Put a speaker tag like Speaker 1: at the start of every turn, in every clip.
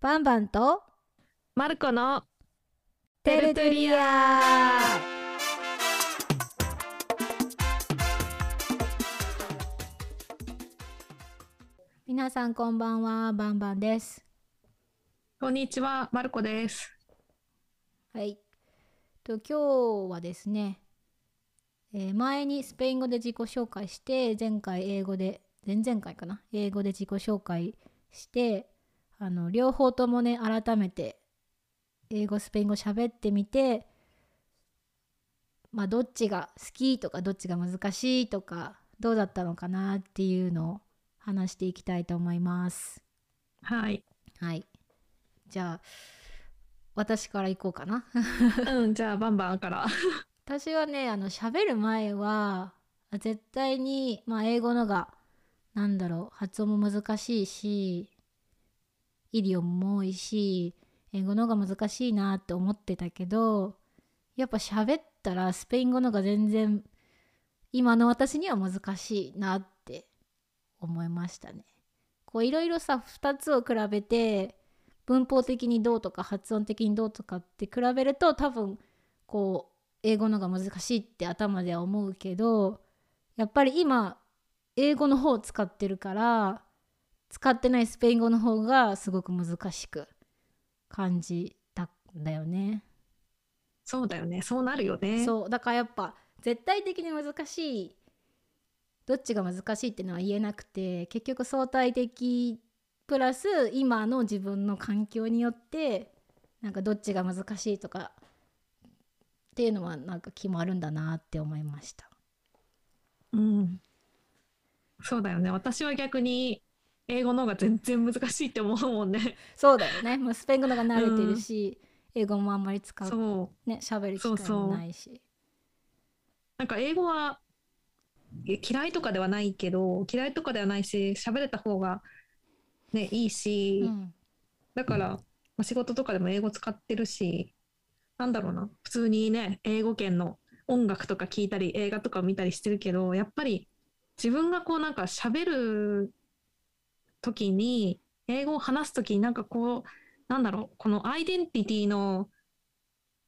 Speaker 1: バンバンと
Speaker 2: マルコの
Speaker 1: テルトゥリア皆さんこんばんはバンバンです
Speaker 2: こんにちはマルコです
Speaker 1: はいと今日はですね、えー前にスペイン語で自己紹介して前回英語で前々回かな英語で自己紹介してあの両方ともね改めて英語スペイン語喋ってみてまあどっちが好きとかどっちが難しいとかどうだったのかなっていうのを話していきたいと思います。
Speaker 2: はい
Speaker 1: はい。じゃあ私から行こうかな。
Speaker 2: うんじゃあバンバンから
Speaker 1: 私はねあの喋る前は絶対に、まあ、英語のがなんだろう発音も難しいしイディオムも多いし英語のが難しいなって思ってたけどやっぱ喋ったらスペイン語のが全然今の私には難しいなって思いましたね。こういろいろさ2つを比べて文法的にどうとか発音的にどうとかって比べると多分こう英語のが難しいって頭では思うけどやっぱり今英語の方を使ってるから使ってないスペイン語の方がすごく難しく感じたんだよね。
Speaker 2: そうだよねそうなるよね
Speaker 1: そうだからやっぱ絶対的に難しいどっちが難しいっていうのは言えなくて結局相対的プラス今の自分の環境によってなんかどっちが難しいとかっていうのはなんか決まるんだなって思いました。
Speaker 2: うんそうだよね私は逆に英語の方が全然難しいって思うもんね
Speaker 1: そうだよね。 もうスペイン語の方が慣れてるし、英語もあんまり使う
Speaker 2: そう
Speaker 1: ね喋る機
Speaker 2: そう
Speaker 1: 会
Speaker 2: そう
Speaker 1: もないし。
Speaker 2: なんか英語はえ嫌いとかではないけど嫌いとかではないし喋れた方がねいいし、
Speaker 1: うん
Speaker 2: だから、まあ仕事とかでも英語使ってるし、なんだろうな、普通にね、英語圏の音楽とか聞いたり、映画とか見たりしてるけど、やっぱり自分がこうなんか喋る時に、英語を話す時になんかこう、なんだろう、このアイデンティティの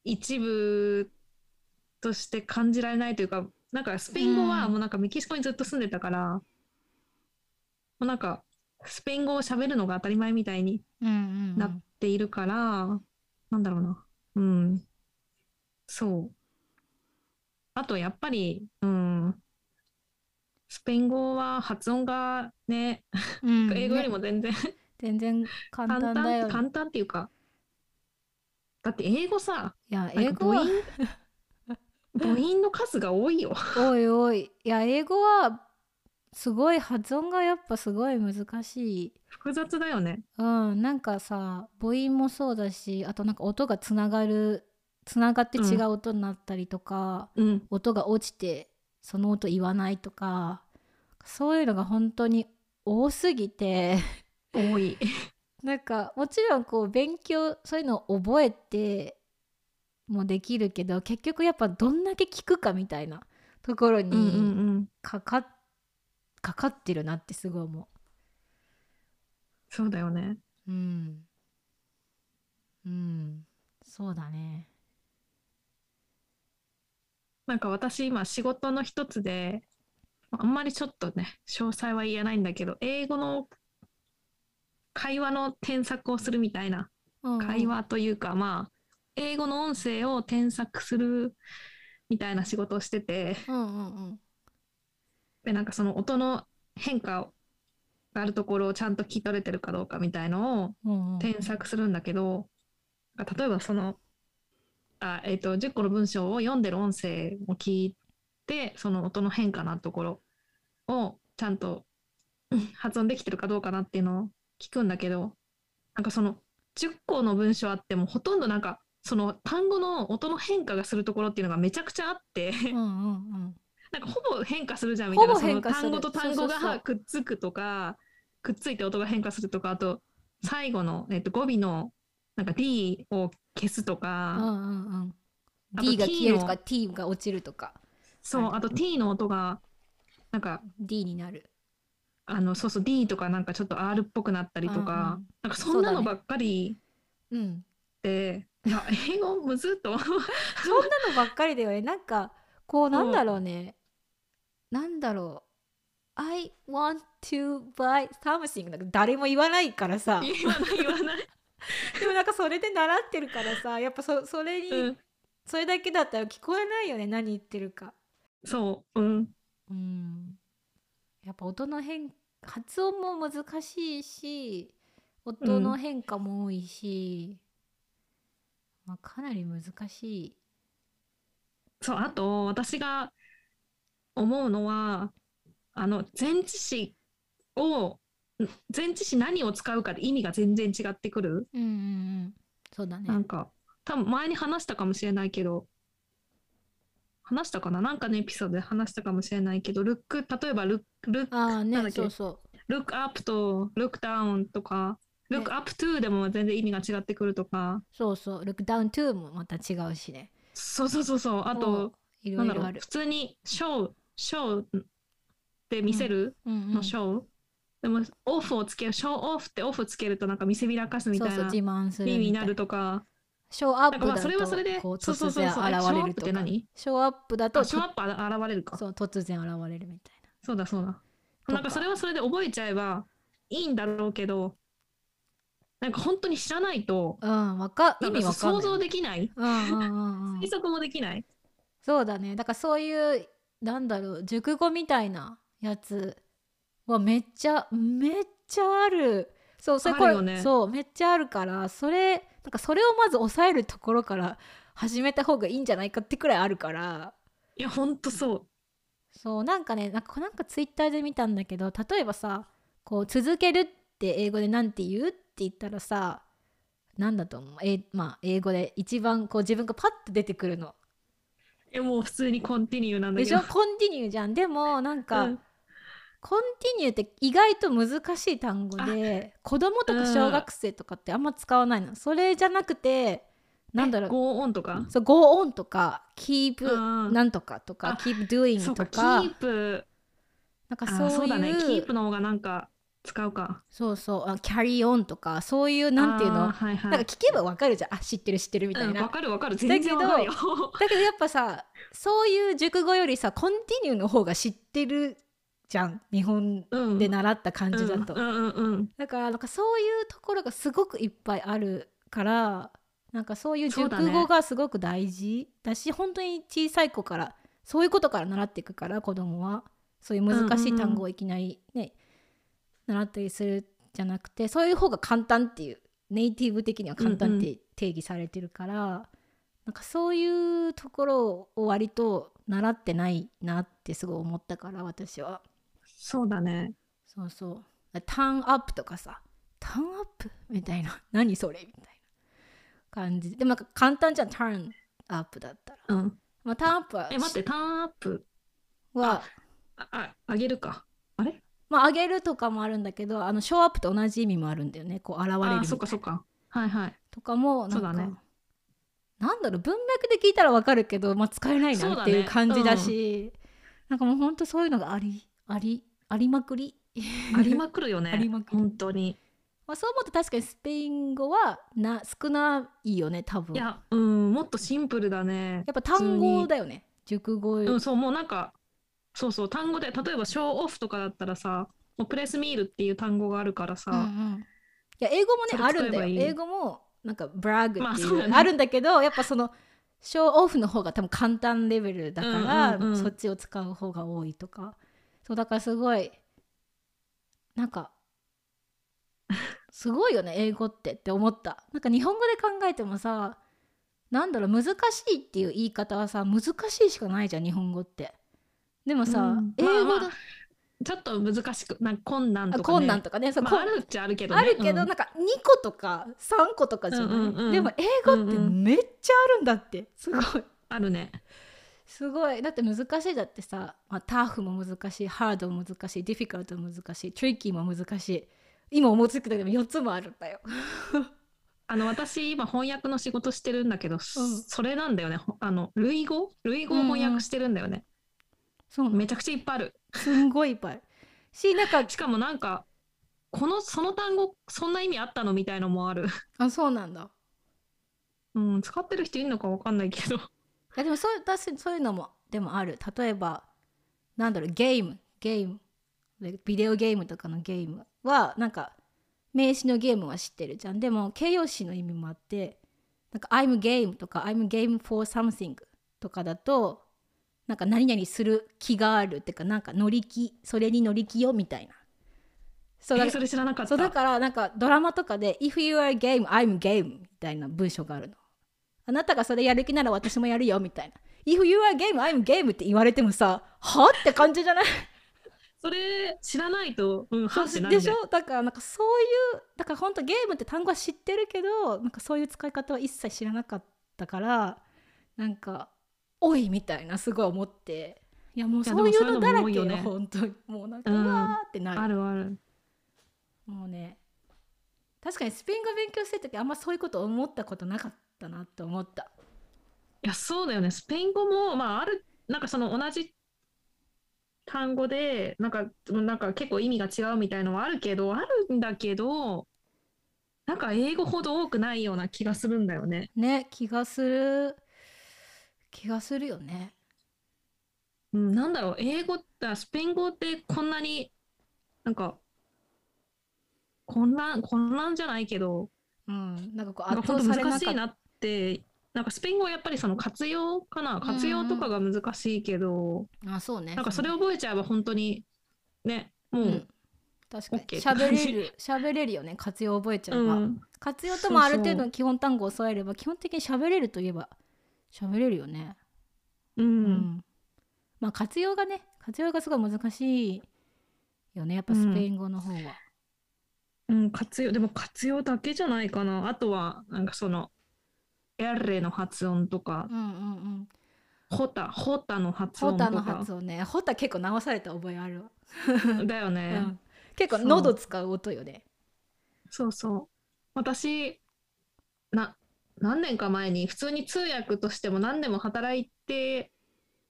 Speaker 2: 一部として感じられないというか、なんかスペイン語は
Speaker 1: うん
Speaker 2: もうなんかメキシコにずっと住んでたから、もうなんかスペイン語を喋るのが当たり前みたいに
Speaker 1: うんうんう
Speaker 2: なっ
Speaker 1: ん
Speaker 2: ているから、なんだろうな。うん。そう。あと、やっぱり、うん。スペイン語は発音がね、
Speaker 1: うん
Speaker 2: 英語よ
Speaker 1: ね
Speaker 2: りも全然
Speaker 1: 全然簡
Speaker 2: 簡
Speaker 1: 単
Speaker 2: 単
Speaker 1: だよ。
Speaker 2: 簡単っていうか、だって英語さ、
Speaker 1: いや
Speaker 2: なん
Speaker 1: 英
Speaker 2: か
Speaker 1: 語
Speaker 2: 母
Speaker 1: は
Speaker 2: 音、母音の数が多いよ。
Speaker 1: おいおいいや英語はすごい発音がやっぱすごい難しい。
Speaker 2: 複雑だよね。
Speaker 1: うん、なんかさ母音もそうだしあとなんか音がつながるつながって違う音になったりとか、
Speaker 2: うん。
Speaker 1: 音が落ちてその音言わないとかそういうのが本当に多すぎて
Speaker 2: 多い。
Speaker 1: なんかもちろんこう勉強そういうのを覚えてもできるけど結局やっぱどんだけ聞くかみたいなところ
Speaker 2: うんうん
Speaker 1: に
Speaker 2: うん。
Speaker 1: かか,、かかってるなってすごい思
Speaker 2: そうだよね。
Speaker 1: う。うん、うん、そうだね。
Speaker 2: なんか私今仕事の一つで、あんまりちょっとね、詳細は言えないんだけど、英語の会話の添削をするみたいな、
Speaker 1: うんうん
Speaker 2: 会話というか、まあ、英語の音声を添削するみたいな仕事をしてて、
Speaker 1: うんうんうん
Speaker 2: で、なんかその音の変化があるところをちゃんと聞き取れてるかどうかみたいのを
Speaker 1: うんうん
Speaker 2: 添削するんだけど、なんか例えばその、あ、えっと、10個の文章を読んでる音声を聞いて、その音の変化なところをちゃんとうん発音できてるかどうかなっていうのを聞くんだけど、なんかその10個の文章あってもほとんどなんかその単語の音の変化がするところっていうのがめちゃくちゃあって、
Speaker 1: うんうんうん
Speaker 2: なんかほぼ変化するじゃんみたいな、
Speaker 1: ほぼ
Speaker 2: そ
Speaker 1: 変
Speaker 2: の
Speaker 1: 化する
Speaker 2: 単語と単語
Speaker 1: そうそうそう
Speaker 2: がくっつくとか、くっついて音が変化するとか、あと最後の、えっと、語尾のなんか D を消すと
Speaker 1: うん
Speaker 2: か、
Speaker 1: うんうん
Speaker 2: あと
Speaker 1: D が
Speaker 2: T
Speaker 1: 消えるとか
Speaker 2: の
Speaker 1: T が落ちるとか
Speaker 2: そう、あと T の音が、なんか、
Speaker 1: D になる。
Speaker 2: あのそうそう D とかなんかちょっと R っぽくなったりとか、
Speaker 1: うんうん
Speaker 2: なんかそ
Speaker 1: そう
Speaker 2: んな
Speaker 1: だ
Speaker 2: の
Speaker 1: ね
Speaker 2: ばっかり
Speaker 1: うん
Speaker 2: で、いや英語むずっと思う
Speaker 1: そんなのばっかりだよねなんかこうなんだろうね、なんだろう I want to buy something なんか誰も言わないからさ
Speaker 2: 言わない言わない、
Speaker 1: でもなんかそれで習ってるからさやっぱそそれに、
Speaker 2: うん、
Speaker 1: それだけだったら聞こえないよね何言ってるか
Speaker 2: そううん
Speaker 1: うんやっぱ音の変発音も難しいし音の変化も多いし、まあ、かなり難しい
Speaker 2: そうあと私が思うのはあの前置詞をん前置詞何を使うかで意味が全然違ってくる、
Speaker 1: うんうんうんそうだ
Speaker 2: なん
Speaker 1: ね
Speaker 2: か多分前に話したかもしれないけど話したかななんかのエピソードで話したかもしれないけどルック例えばルックルック
Speaker 1: ああ
Speaker 2: なんだ
Speaker 1: ね
Speaker 2: っけ
Speaker 1: そうそう
Speaker 2: ルックアップとルックダウンとか、
Speaker 1: ね
Speaker 2: ルックアップトゥーでも全然意味が違ってくるとか、
Speaker 1: そうそう「Look Down To」もまた違うしね
Speaker 2: そうそうそうそう、あ
Speaker 1: も
Speaker 2: と
Speaker 1: う、い
Speaker 2: な
Speaker 1: ろ
Speaker 2: ん
Speaker 1: い
Speaker 2: だ
Speaker 1: ろ
Speaker 2: ろ
Speaker 1: あ
Speaker 2: う、
Speaker 1: る
Speaker 2: 普通にショー、ショーで見せる
Speaker 1: うんう
Speaker 2: の
Speaker 1: ん
Speaker 2: シ
Speaker 1: そう
Speaker 2: ョー、でもオフをつける、ショーオフってオフつけるとなんか見せびらかすみ
Speaker 1: そ
Speaker 2: た
Speaker 1: う
Speaker 2: いな
Speaker 1: 自
Speaker 2: 意
Speaker 1: 慢する
Speaker 2: 味に
Speaker 1: み
Speaker 2: な
Speaker 1: たい
Speaker 2: る
Speaker 1: な
Speaker 2: とか、
Speaker 1: ショーアッ
Speaker 2: な
Speaker 1: プ
Speaker 2: んかま
Speaker 1: だ
Speaker 2: あ
Speaker 1: と
Speaker 2: それはそれで
Speaker 1: こう
Speaker 2: そうそう
Speaker 1: 突
Speaker 2: そう
Speaker 1: 然
Speaker 2: そうえ
Speaker 1: 現れる
Speaker 2: ショーアッ
Speaker 1: とか
Speaker 2: プって何
Speaker 1: ショーアップだと
Speaker 2: あショーアップは現れるか。
Speaker 1: そう突然現れるみたいな
Speaker 2: そうだそうだ。
Speaker 1: か
Speaker 2: なんかそれはそれで覚えちゃえばいいんだろうけど、なんか本当に知らないと、
Speaker 1: うん、わか
Speaker 2: な
Speaker 1: 意
Speaker 2: んか
Speaker 1: 味わかんな
Speaker 2: 想
Speaker 1: い。
Speaker 2: 像できない。
Speaker 1: うんうんうんうん
Speaker 2: 推測もできない。
Speaker 1: そうだね。だからそういうなんだろう熟語みたいなやつはめっちゃめっちゃある。そうそれ
Speaker 2: あ
Speaker 1: こ
Speaker 2: る
Speaker 1: れ、
Speaker 2: よね
Speaker 1: そうめっちゃあるからそれなんかそれをまず抑えるところから始めた方がいいんじゃないかってくらいあるから。
Speaker 2: いや、ほんとそう。
Speaker 1: そうなんかねなんかなんかツイッターで見たんだけど例えばさこう続けるって英語でなんて言うって言ったらさなんだと思う、えまあ、英語で一番こう自分がパッと出てくるの
Speaker 2: え、もう普通にコンティニューなんだ
Speaker 1: で
Speaker 2: け
Speaker 1: し
Speaker 2: ど。
Speaker 1: ょコンティニューじゃんでもなんか、
Speaker 2: うん
Speaker 1: コンティニューって意外と難しい単語で子供とか小学生とかってあんま使わないの、それじゃなくてなんだろう
Speaker 2: ゴーオンとか。
Speaker 1: そう go on とか keep
Speaker 2: うん
Speaker 1: なんとかと
Speaker 2: あ
Speaker 1: か keep doing
Speaker 2: そう
Speaker 1: と
Speaker 2: か、
Speaker 1: か
Speaker 2: キープ。
Speaker 1: なんか
Speaker 2: あ
Speaker 1: そういう
Speaker 2: そうだね。キープの方がなんか使うか。
Speaker 1: そうそうあキャリーオンとかそういうなんていうの
Speaker 2: あーはいはい。
Speaker 1: なんか聞けばわかるじゃんあ知ってる知ってるみたいな、
Speaker 2: うんわ
Speaker 1: だ
Speaker 2: かるわかる。全然わかるよ。
Speaker 1: けどやっぱさそういう熟語よりさコンティニューの方が知ってるじゃん日本
Speaker 2: うん。
Speaker 1: で習った感じだと、
Speaker 2: うんうんうんうん。
Speaker 1: だからなんかそういうところがすごくいっぱいあるからなんかそういう
Speaker 2: そうだね
Speaker 1: 熟語がすごく大事だし本当に小さい子からそういうことから習っていくから子供はそういう難しい単語をいきなりね、習ったりするじゃなくてそういう方が簡単っていうネイティブ的には簡単っ
Speaker 2: う
Speaker 1: て定義されてるから、なんかそういうところを割と習ってないなってすごい思ったから私は。
Speaker 2: そうだね。
Speaker 1: そうそう。ターンアップとかさ、ターンアップみたいな、 何それみたいな感じで。でもなんか簡単じゃん、ターンアップだったら。
Speaker 2: うん。
Speaker 1: まあ、ターンアップは
Speaker 2: え、待って、ターンアップ。
Speaker 1: は、
Speaker 2: あ、ああげるか。あれ
Speaker 1: まあ、上げるとかもあるんだけど、あの、ショーアップと同じ意味もあるんだよね。こう、現れるみたい
Speaker 2: あ
Speaker 1: な
Speaker 2: ー、そっかそっか。は いはい。
Speaker 1: とかも、なんか、
Speaker 2: そうだね
Speaker 1: なんだろう、文脈で聞いたらわかるけど、まあ、使えない
Speaker 2: そう
Speaker 1: な
Speaker 2: だ
Speaker 1: っ
Speaker 2: ね
Speaker 1: ていう感じだし、なんかもうほんとそういうのがあり、あり、ありまくり。
Speaker 2: ありまくるよね。
Speaker 1: ありまくる
Speaker 2: 本当に。
Speaker 1: まあ、そう思って確かにスペイン語はな少ないよね多分
Speaker 2: いや、うん、もっとシンプルだね。
Speaker 1: やっぱ単語だよね。熟語
Speaker 2: うん、そう、もうなんか、そうそう、単語で、例えば、ショーオフとかだったらさ、もうプレスミールっていう単語があるか
Speaker 1: う
Speaker 2: ら
Speaker 1: んう
Speaker 2: さ、
Speaker 1: んいや英語も
Speaker 2: そ
Speaker 1: ね
Speaker 2: れ
Speaker 1: あるん
Speaker 2: 使え
Speaker 1: だ
Speaker 2: ば
Speaker 1: よ。
Speaker 2: いい
Speaker 1: 英語もなんかブラグ
Speaker 2: ま
Speaker 1: っ
Speaker 2: あ
Speaker 1: て
Speaker 2: そう
Speaker 1: い
Speaker 2: だ
Speaker 1: う
Speaker 2: ね
Speaker 1: あるんだけど、やっぱそのショーオフの方が多分簡単レベルだから、
Speaker 2: うんうんうん
Speaker 1: そっちを使う方が多いとか。そうだからすごいなんかすごいよね英語ってって思った。なんか日本語で考えてもさ。なんだろう難しいっていう言い方はさ難しいしかないじゃん日本語ってでもさ、
Speaker 2: うん
Speaker 1: 英語だ、
Speaker 2: まあまあちょっと難しく、なんか困難
Speaker 1: あ
Speaker 2: とかね。
Speaker 1: 困難とかねそう
Speaker 2: まあ
Speaker 1: こ
Speaker 2: あるっちゃあるけどね。
Speaker 1: あるけど、
Speaker 2: うん
Speaker 1: なんか2個とか3個とかじゃない、
Speaker 2: うんうんうん
Speaker 1: でも英語って
Speaker 2: うんうん
Speaker 1: めっちゃあるんだってすごい
Speaker 2: あるね。
Speaker 1: すごいだって難しいだってさ、まあ、ターフも難しいハードも難しいディフィカルトも難しいトリッキーも難しい今思いつくだけでも4つもあるんだよ
Speaker 2: あの、私、今、翻訳の仕事してるんだけど、それなんだよね。ほあの、類語類語を翻訳してるんだよね。
Speaker 1: そう
Speaker 2: めちゃくちゃいっぱいある。
Speaker 1: すんごいいっぱいしなんか
Speaker 2: しかもなんかこのその単語そんな意味あったのみたいのもある、
Speaker 1: あそうなんだ
Speaker 2: うん、使ってる人いるのかわかんないけど
Speaker 1: いやでもそういう確かにそういうのもでもある例えばなんだろうゲームゲームでビデオゲームとかのゲームはなんか名詞のゲームは知ってるじゃんでも形容詞の意味もあってなんか「I'm game」とか「I'm game for something」とかだとなんか何々する気があるってかなんか乗り気それに乗り気よみたいなそ
Speaker 2: え
Speaker 1: うだ
Speaker 2: ーそれ知らなかった
Speaker 1: そうだからなんかドラマとかで「If you are game, I'm game」みたいな文章があるの。あなたがそれやる気なら私もやるよみたいな。If you are game, I'm game って言われてもさ、はって感じじゃない
Speaker 2: それ知らないと、うん、はってなる
Speaker 1: で
Speaker 2: ね
Speaker 1: しょだからなんかそういう、だから本当ゲームって単語は知ってるけど、なんかそういう使い方は一切知らなかったから、なんか、おいみたいなすごい思って、いやもう
Speaker 2: いや
Speaker 1: そういうの
Speaker 2: でもそう
Speaker 1: だ
Speaker 2: いうの
Speaker 1: ら
Speaker 2: も多
Speaker 1: け
Speaker 2: いよ
Speaker 1: よ、
Speaker 2: ね
Speaker 1: 本当に。もうなんか、
Speaker 2: う
Speaker 1: うんわーってなる。
Speaker 2: あるある
Speaker 1: もうね確かにスペイン語勉強してる時あんまそういうこと思ったことなかったなって思った
Speaker 2: いやそうだよねスペイン語もまああるなんかその同じ単語でなんかなんか結構意味が違うみたいのはあるけどあるんだけどなんか英語ほど多くないような気がするんだよね。
Speaker 1: ね気がする気がするよね
Speaker 2: うん、なんだろう英語ってスペイン語ってこんなになんか混乱混乱じゃないけど
Speaker 1: うんなんかこう
Speaker 2: なん
Speaker 1: 圧
Speaker 2: か
Speaker 1: 倒さ
Speaker 2: 本当
Speaker 1: れなか
Speaker 2: 難
Speaker 1: っ
Speaker 2: したいなって、なんかスペイン語はやっぱりその活用かな、
Speaker 1: ん
Speaker 2: 活用とかが難しいけど、
Speaker 1: あそうね
Speaker 2: なんかそれ
Speaker 1: を
Speaker 2: 覚えちゃえば本当に、ね、も
Speaker 1: う
Speaker 2: う、
Speaker 1: ん、
Speaker 2: うん
Speaker 1: 確かに
Speaker 2: OK って
Speaker 1: 喋
Speaker 2: 感じ
Speaker 1: れる喋れるよね活用覚えちゃえば、活用ともある程度の基本単語を添えれば基本的に喋れるといえば喋れるよね
Speaker 2: う、
Speaker 1: うんんまあ活用がね活用がすごい難しいよねやっぱスペイン語の方は、
Speaker 2: うん、活用、でも活用だけじゃないかな。あとは、なんかその、R の発音とか、
Speaker 1: うん、うんうん
Speaker 2: ホタ、ホタの発
Speaker 1: ホ
Speaker 2: 音
Speaker 1: タ
Speaker 2: と
Speaker 1: の
Speaker 2: か
Speaker 1: 発、音ねホタ結構直された覚えあるわ、
Speaker 2: だよ
Speaker 1: う
Speaker 2: ね。
Speaker 1: ん、結構喉使う音よね
Speaker 2: そうそう。私、な、何年か前に普通に通訳としても何年も働いて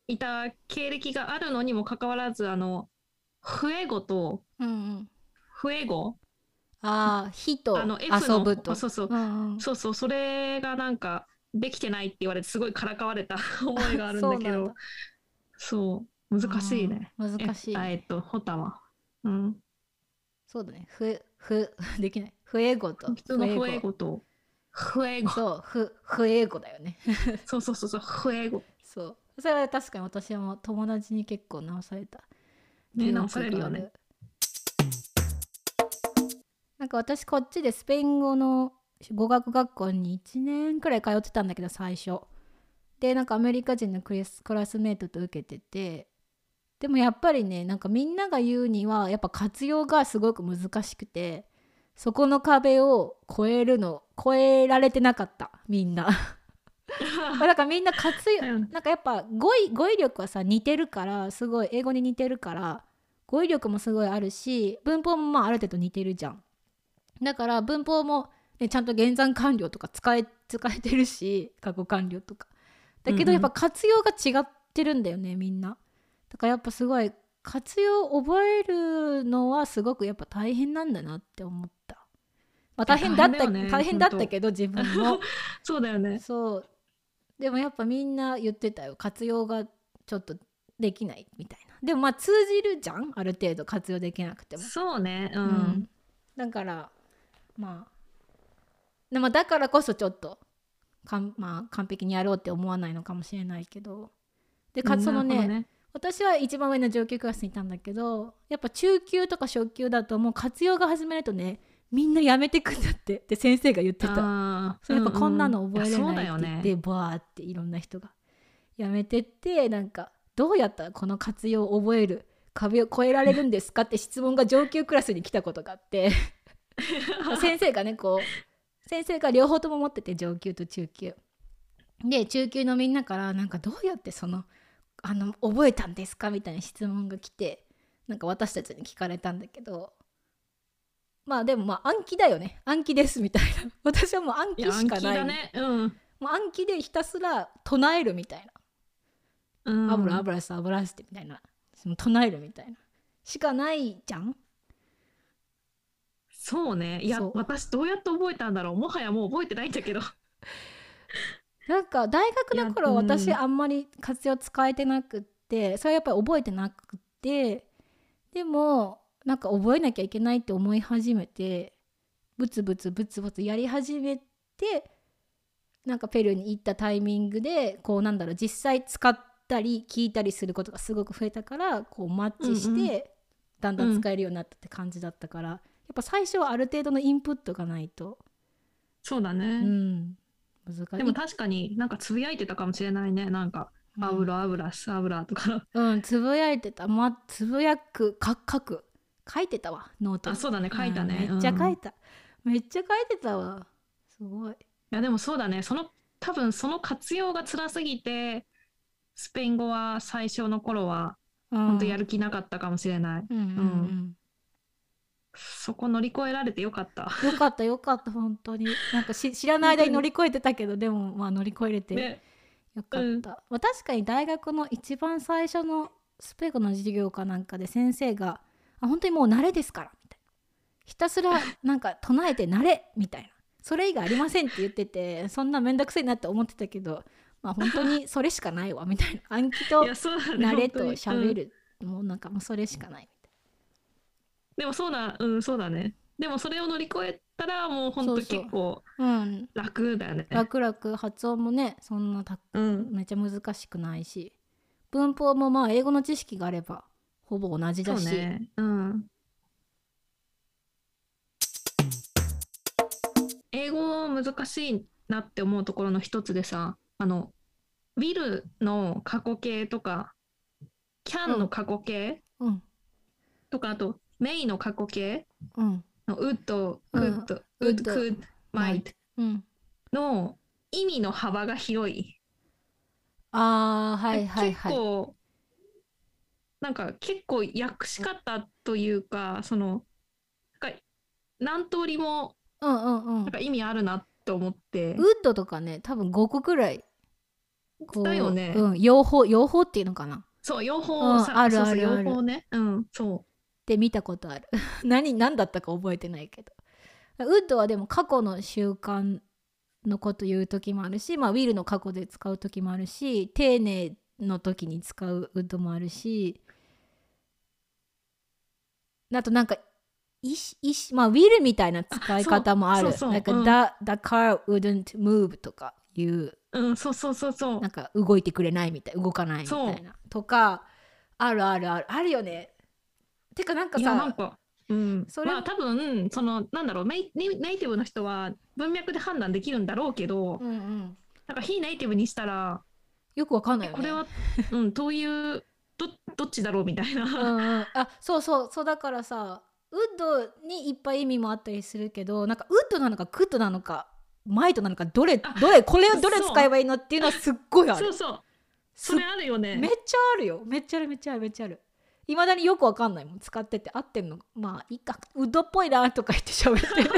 Speaker 2: いた経歴があるのにもかかわらず、あの、フエゴと
Speaker 1: うんうん
Speaker 2: フエゴ、
Speaker 1: ああ火と
Speaker 2: あの F の
Speaker 1: 遊ぶと
Speaker 2: そうそう
Speaker 1: うんうん
Speaker 2: そうそう、それがなんかできてないって言われてすごいからかわれた 思いがあるんだ
Speaker 1: そう
Speaker 2: け
Speaker 1: なん
Speaker 2: ど
Speaker 1: だ、
Speaker 2: そう、難しいね。
Speaker 1: あー難しい
Speaker 2: えっと、ホタは。うん。
Speaker 1: そうだねふふ できないふえごと
Speaker 2: 普通のフ
Speaker 1: え
Speaker 2: エ
Speaker 1: ご
Speaker 2: ゴとフエゴ。
Speaker 1: そうふ ふえごだよね
Speaker 2: そうそうそうそう、フエゴ。
Speaker 1: そうそれは確かに私も友達に結構直された
Speaker 2: ね、直されるよね。
Speaker 1: なんか私こっちでスペイン語の語学学校に1年くらい通ってたんだけど最初でなんかアメリカ人のクリスクラスメートと受けててでもやっぱりねなんかみんなが言うにはやっぱ活用がすごく難しくてそこの壁を越えるの越えられてなかったみんなだ からみんな活用
Speaker 2: うん
Speaker 1: なんかやっぱ語彙語彙力はさ似てるからすごい英語に似てるから語彙力もすごいあるし文法もまあある程度似てるじゃん。だから文法も、ね、ちゃんと減算完了とか使え使えてるし過去完了とか。だけ
Speaker 2: うんう
Speaker 1: ど
Speaker 2: ん
Speaker 1: やっぱ活用が違ってるんだよねみんな。だからやっぱすごい活用を覚えるのはすごくやっぱ大変なんだなって思った。まあ、大変だった
Speaker 2: 大変だよね
Speaker 1: 大変だっ
Speaker 2: ほん
Speaker 1: た
Speaker 2: と
Speaker 1: けど自分も。
Speaker 2: そうだよね。
Speaker 1: そうでもやっぱみんな言ってたよ活用がちょっとできないみたいなでもまあ通じるじゃんある程度活用できなくても、
Speaker 2: そうね、う。
Speaker 1: うんだからまあでもだからこそちょっとかん、まあ、完璧にやろうって思わないのかもしれないけどでかつその
Speaker 2: なるほ
Speaker 1: ね
Speaker 2: どね
Speaker 1: 私は一番上の上級クラスにいたんだけどやっぱ中級とか初級だともう活用が始めるとねみんなやめてくんだってって先生が言ってた
Speaker 2: あー
Speaker 1: そうやっぱ
Speaker 2: うう
Speaker 1: こんなの覚えれない
Speaker 2: やそうだ
Speaker 1: っ
Speaker 2: よ
Speaker 1: て言って
Speaker 2: ね。
Speaker 1: バーっていろんな人がやめてってなんかどうやったらこの活用を覚える壁を越えられるんですかって質問が上級クラスに来たことがあって 先生がねこう先生が両方とも持ってて上級と中級で中級のみんなからなんかどうやってそのあの覚えたんですかみたいな質問が来てなんか私たちに聞かれたんだけどまあでもまあ暗記だよね暗記ですみたいな 私はもう暗
Speaker 2: い
Speaker 1: 記
Speaker 2: や
Speaker 1: し
Speaker 2: 暗
Speaker 1: か
Speaker 2: 記
Speaker 1: ない
Speaker 2: だね。うん。
Speaker 1: もう暗記でひたすら唱えるみたいな
Speaker 2: う
Speaker 1: 「
Speaker 2: ん、
Speaker 1: アブラアブラスアブラス」ってみたいなその唱えるみたいなしかないじゃん
Speaker 2: そうね。いや
Speaker 1: そう、
Speaker 2: 私どうやって覚えたんだろう。もはやもう覚えてないんだけど。
Speaker 1: なんか大学の頃
Speaker 2: いやうん
Speaker 1: 私あんまり活用使えてなくってそれはやっぱり覚えてなくてでもなんか覚えなきゃいけないって思い始めてブツブツブツブツやり始めてなんかペルーに行ったタイミングでこうなんだろう実際使ったり聞いたりすることがすごく増えたからこうマッチして、
Speaker 2: うんうん
Speaker 1: だんだん使えるようになったって感じだったから、やっぱ最初はある程度のインプットがないと、
Speaker 2: そうだね。
Speaker 1: うん、難しい。
Speaker 2: でも確かになんかつぶやいてたかもしれないね。なんか、
Speaker 1: うん
Speaker 2: アブラアブラスアブラ とか。
Speaker 1: うん、つぶやいてた。ま、つぶやく、か、書く。書いてたわ、ノートに。
Speaker 2: あ、そうだね。書いたね。
Speaker 1: うんめっちゃ
Speaker 2: うん
Speaker 1: 書いた。めっちゃ書いてたわ。すごい。
Speaker 2: いやでもそうだね。その多分その活用が辛すぎて、スペイン語は最初の頃は
Speaker 1: 本
Speaker 2: 本当や。る気なかったかもしれない。
Speaker 1: うんうん
Speaker 2: そこ乗り越えられてよかった。
Speaker 1: うん。よかったよかった、本当に。なんかし知らない間に乗り越えてたけど、でもまあ乗り越えれて
Speaker 2: ね、
Speaker 1: よかった。まあ、確かに大学の一番最初のスペイン語の授業かなんかで先生が、あ、本当にもう慣れですから、みたいな。ひたす らなんか唱えて慣れ、みたいな。それ以外ありませんって言ってて、そんなめんどくせえなって思ってたけど、まあ本当にそれしかないわ、みたいな。暗記と
Speaker 2: いやそうだね。
Speaker 1: 慣れ
Speaker 2: 本当
Speaker 1: と
Speaker 2: に
Speaker 1: 喋。
Speaker 2: うん
Speaker 1: る。もうなんかもうそれしかないみ
Speaker 2: でもそうだ、うん、そうだね。でもそれを乗り越えたらもう本当
Speaker 1: そうそう
Speaker 2: 結構
Speaker 1: たいな。うん。
Speaker 2: 楽だよね。
Speaker 1: 楽々発音もね、そんなた
Speaker 2: うん。
Speaker 1: めちゃ難しくないし、文法もまあ英語の知識があれば、ほぼ同じ
Speaker 2: そ
Speaker 1: だ
Speaker 2: う
Speaker 1: し、
Speaker 2: ね。うん。英語難しいなって思うところの一つでさ、あの、ビルの過去形とか、キャンの過去形
Speaker 1: うん、
Speaker 2: とか、あと、メイの過去形
Speaker 1: うん、
Speaker 2: の、ウッド、
Speaker 1: う
Speaker 2: ウ
Speaker 1: ん
Speaker 2: ッド、ウ
Speaker 1: ウッ
Speaker 2: ッ
Speaker 1: ド
Speaker 2: ド、クッド、マイト
Speaker 1: うん。
Speaker 2: の意味の幅が広い。
Speaker 1: ああはいはいはい。
Speaker 2: 結構なんか結構訳し方というかそのなんか何通りも
Speaker 1: うんうんうん。ウ
Speaker 2: なん
Speaker 1: ッ
Speaker 2: か意味あるなと思って、
Speaker 1: ドとかね多分5個くらいこう
Speaker 2: だよね、
Speaker 1: うん、用法用法っていうのかなっ
Speaker 2: そう用法をさ、
Speaker 1: うんある
Speaker 2: そうそ
Speaker 1: あ
Speaker 2: う
Speaker 1: るある
Speaker 2: 用法ねうんそ
Speaker 1: て見たことある 何何だったか覚えてないけどウッドはでも過去の習慣のこと言う時もあるし、まあ、ウィルの過去で使う時もあるし丁寧の時に使うウッドもあるしあとなんか意思意思まあ、ウィルみたいな使い方もある
Speaker 2: あそうそうそう
Speaker 1: なんか、
Speaker 2: うん
Speaker 1: the, the car wouldn't move とかいう
Speaker 2: ううんそうそうそうそう
Speaker 1: なんか動いてくれないみたい動かないみたいなとかあるあるあるあるよねてかなんか
Speaker 2: いや
Speaker 1: さ
Speaker 2: なんかうん、
Speaker 1: それ
Speaker 2: まあ多分そのなんだろうネイネイネイティブの人は文脈で判断できるんだろうけど、
Speaker 1: うんうん、
Speaker 2: なんか非ネイティブにしたら、
Speaker 1: よくわかんないよね
Speaker 2: これは、うん、どういうどどっちだろうみたいな、
Speaker 1: うんうん、あそうそうそうだからさウッドにいっぱい意味もあったりするけどなんかウッドなのかクッドなのかマイトなのかどれ
Speaker 2: あ
Speaker 1: どれこれをどれ
Speaker 2: そう
Speaker 1: 使えばいいのっていうのはすっごいあ
Speaker 2: そ
Speaker 1: る
Speaker 2: うそう
Speaker 1: す
Speaker 2: それあるよね
Speaker 1: めっちゃあるよめっちゃあるめっちゃあるめっちゃあるいまだによくわかんないもん使ってて合ってんのまあいいかウッドっぽいなとか言って喋ってる